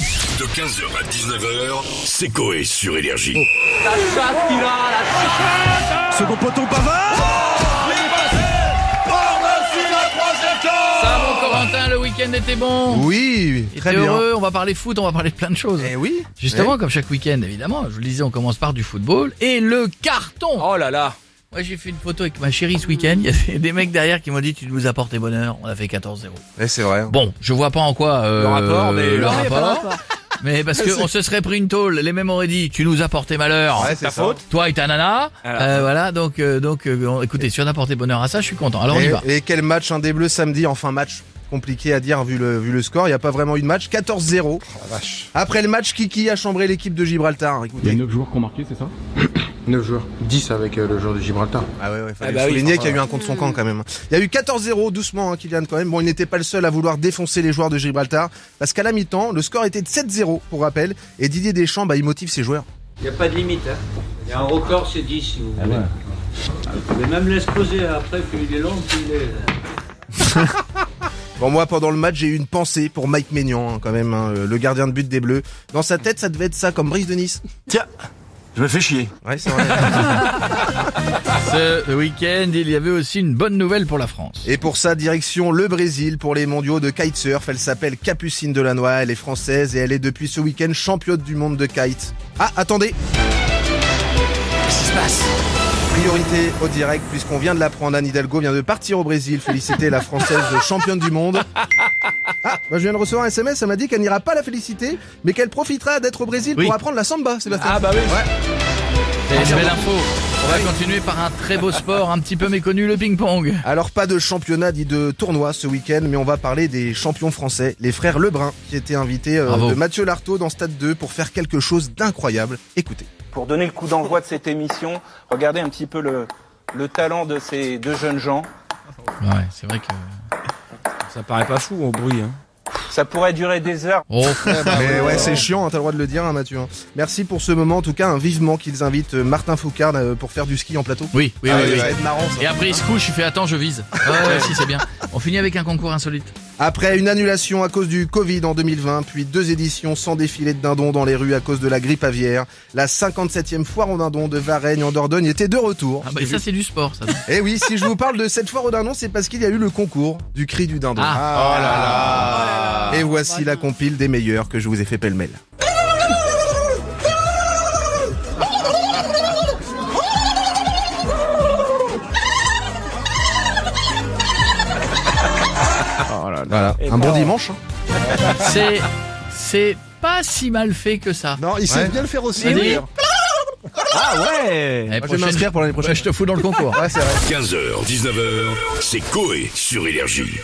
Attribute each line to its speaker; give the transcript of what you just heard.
Speaker 1: De 15h à 19h, c'est Coé sur Énergie.
Speaker 2: Second poteau Pavard
Speaker 3: Ça va, mon Ah Corentin, le week-end était bon
Speaker 2: Oui,
Speaker 3: Il
Speaker 2: très
Speaker 3: était
Speaker 2: bien.
Speaker 3: heureux, on va parler foot, on va parler de plein de choses.
Speaker 2: Eh oui
Speaker 3: Justement, comme chaque week-end, évidemment, je vous le disais, on commence par du football et le carton.
Speaker 4: Oh là là
Speaker 3: Moi, j'ai fait une photo avec ma chérie ce week-end. Il y a des mecs derrière qui m'ont dit, tu nous apportes des bonheurs. On a fait 14-0.
Speaker 2: Eh, c'est vrai.
Speaker 3: Bon, je vois pas en quoi euh,
Speaker 4: Le rapport, mais-
Speaker 3: le
Speaker 4: Non,
Speaker 3: rapport. Mais parce
Speaker 4: C'est-
Speaker 3: qu'on se serait pris une tôle, les mêmes auraient dit, tu nous as porté malheur.
Speaker 2: Ouais,
Speaker 4: Ah, Ta
Speaker 2: ça.
Speaker 4: faute
Speaker 3: Toi et ta nana,
Speaker 4: Alors.
Speaker 3: Euh, voilà. Donc, euh, donc, euh, on- écoutez, si on a porté bonheur à ça, je suis content. Alors on y va.
Speaker 2: Et, et quel match, un des bleus samedi, enfin match compliqué à dire vu le, vu le score, il n'y a pas vraiment eu de match, 14-0.
Speaker 4: Oh,
Speaker 2: Après le match, Kiki a chambré l'équipe de Gibraltar.
Speaker 5: Il y a
Speaker 2: Écoutez.
Speaker 5: 9 joueurs qui ont marqué, c'est ça
Speaker 6: 9 joueurs. 10 avec euh, le joueur de Gibraltar.
Speaker 2: Ah ouais, ouais,
Speaker 4: Ah
Speaker 2: fallait
Speaker 4: bah oui,
Speaker 2: souligner
Speaker 4: enfin,
Speaker 2: qu'il y a eu un contre son camp quand même. Il y a eu 14-0 doucement, hein, Kylian quand même. Bon, il n'était pas le seul à vouloir défoncer les joueurs de Gibraltar, parce qu'à la mi-temps, le score était de 7-0 pour rappel, et Didier Deschamps, bah, il motive ses joueurs.
Speaker 7: Il n'y a pas de limite. hein. Il y a un record, c'est 10 si vous voulez. Vous pouvez même l'exposer après, plus il est long, plus il est.
Speaker 2: Bon, moi, pendant le match, j'ai eu une pensée pour Mike Maignan, hein, quand même, hein, euh, le gardien de but des Bleus. Dans sa tête, ça devait être ça, comme Brice de Nice.
Speaker 6: Je me fais chier.
Speaker 2: Ouais, c'est vrai.
Speaker 3: Ce week-end, il y avait aussi une bonne nouvelle pour la France.
Speaker 2: Et pour ça, direction le Brésil pour les mondiaux de kitesurf. Elle s'appelle Capucine Delannoy, elle est française et elle est depuis ce week-end championne du monde de kite. Ah, attendez Priorité au direct, puisqu'on vient de l'apprendre, Anne Hidalgo vient de partir au Brésil féliciter la française championne du monde. Ah, bah, je viens de recevoir un SMS, ça m'a dit qu'elle n'ira pas la féliciter, mais qu'elle profitera d'être au Brésil
Speaker 3: Oui.
Speaker 2: pour apprendre la samba, Sébastien.
Speaker 4: Ah bah oui
Speaker 3: C'est une belle info. On Ah, va continuer par un très beau sport, un petit peu méconnu, le ping-pong.
Speaker 2: Alors pas de championnat dit de tournoi ce week-end, mais on va parler des champions français, les frères Lebrun, qui étaient invités euh,
Speaker 3: Bravo.
Speaker 2: de Mathieu Lartaud dans Stade 2 pour faire quelque chose d'incroyable. Écoutez.
Speaker 8: pour donner le coup d'envoi de cette émission. Regardez un petit peu le, le talent de ces deux jeunes gens.
Speaker 3: Ouais, c'est vrai que.
Speaker 4: Ça paraît pas fou au bruit. Hein.
Speaker 8: Ça pourrait durer des heures.
Speaker 3: Oh,
Speaker 2: Mais ouais, c'est chiant, hein, t'as le droit de le dire, hein, Mathieu. hein. Merci pour ce moment, en tout cas, hein, vivement qu'ils invitent euh, Martin Foucard euh, pour faire du ski en plateau.
Speaker 3: oui, oui,
Speaker 2: Ah
Speaker 3: oui.
Speaker 2: ouais,
Speaker 3: oui.
Speaker 2: ça va être marrant, ça.
Speaker 3: Et après, il se couche, il fait Attends, je vise. Ah ouais, si, c'est bien. On finit avec un concours insolite.
Speaker 2: Après une annulation à cause du Covid en 2020, puis deux éditions sans défilé de dindons dans les rues à cause de la grippe aviaire, la 57e foire aux dindons de Varennes en Dordogne était de retour.
Speaker 3: Ah, bah, ça, c'est du sport, ça.
Speaker 2: Eh oui, si je vous parle de cette foire au dindon, c'est parce qu'il y a eu le concours du cri du dindon.
Speaker 3: Ah.
Speaker 2: Et voici la compile des meilleurs que je vous ai fait pêle-mêle. Voilà, Oh un bon dimanche. hein.
Speaker 3: C'est. C'est pas si mal fait que ça.
Speaker 9: Non, il sait
Speaker 2: Ouais.
Speaker 9: bien le faire aussi.
Speaker 3: Mais oui.
Speaker 9: d'ailleurs.
Speaker 4: Ah ouais
Speaker 3: Allez,
Speaker 2: Moi, je
Speaker 3: prochaine-
Speaker 2: m'inscrire pour l'année prochaine.
Speaker 3: Ouais, je te fous dans le concours.
Speaker 2: Ouais, c'est vrai.
Speaker 1: 15h, 19h, c'est Coé sur Énergie.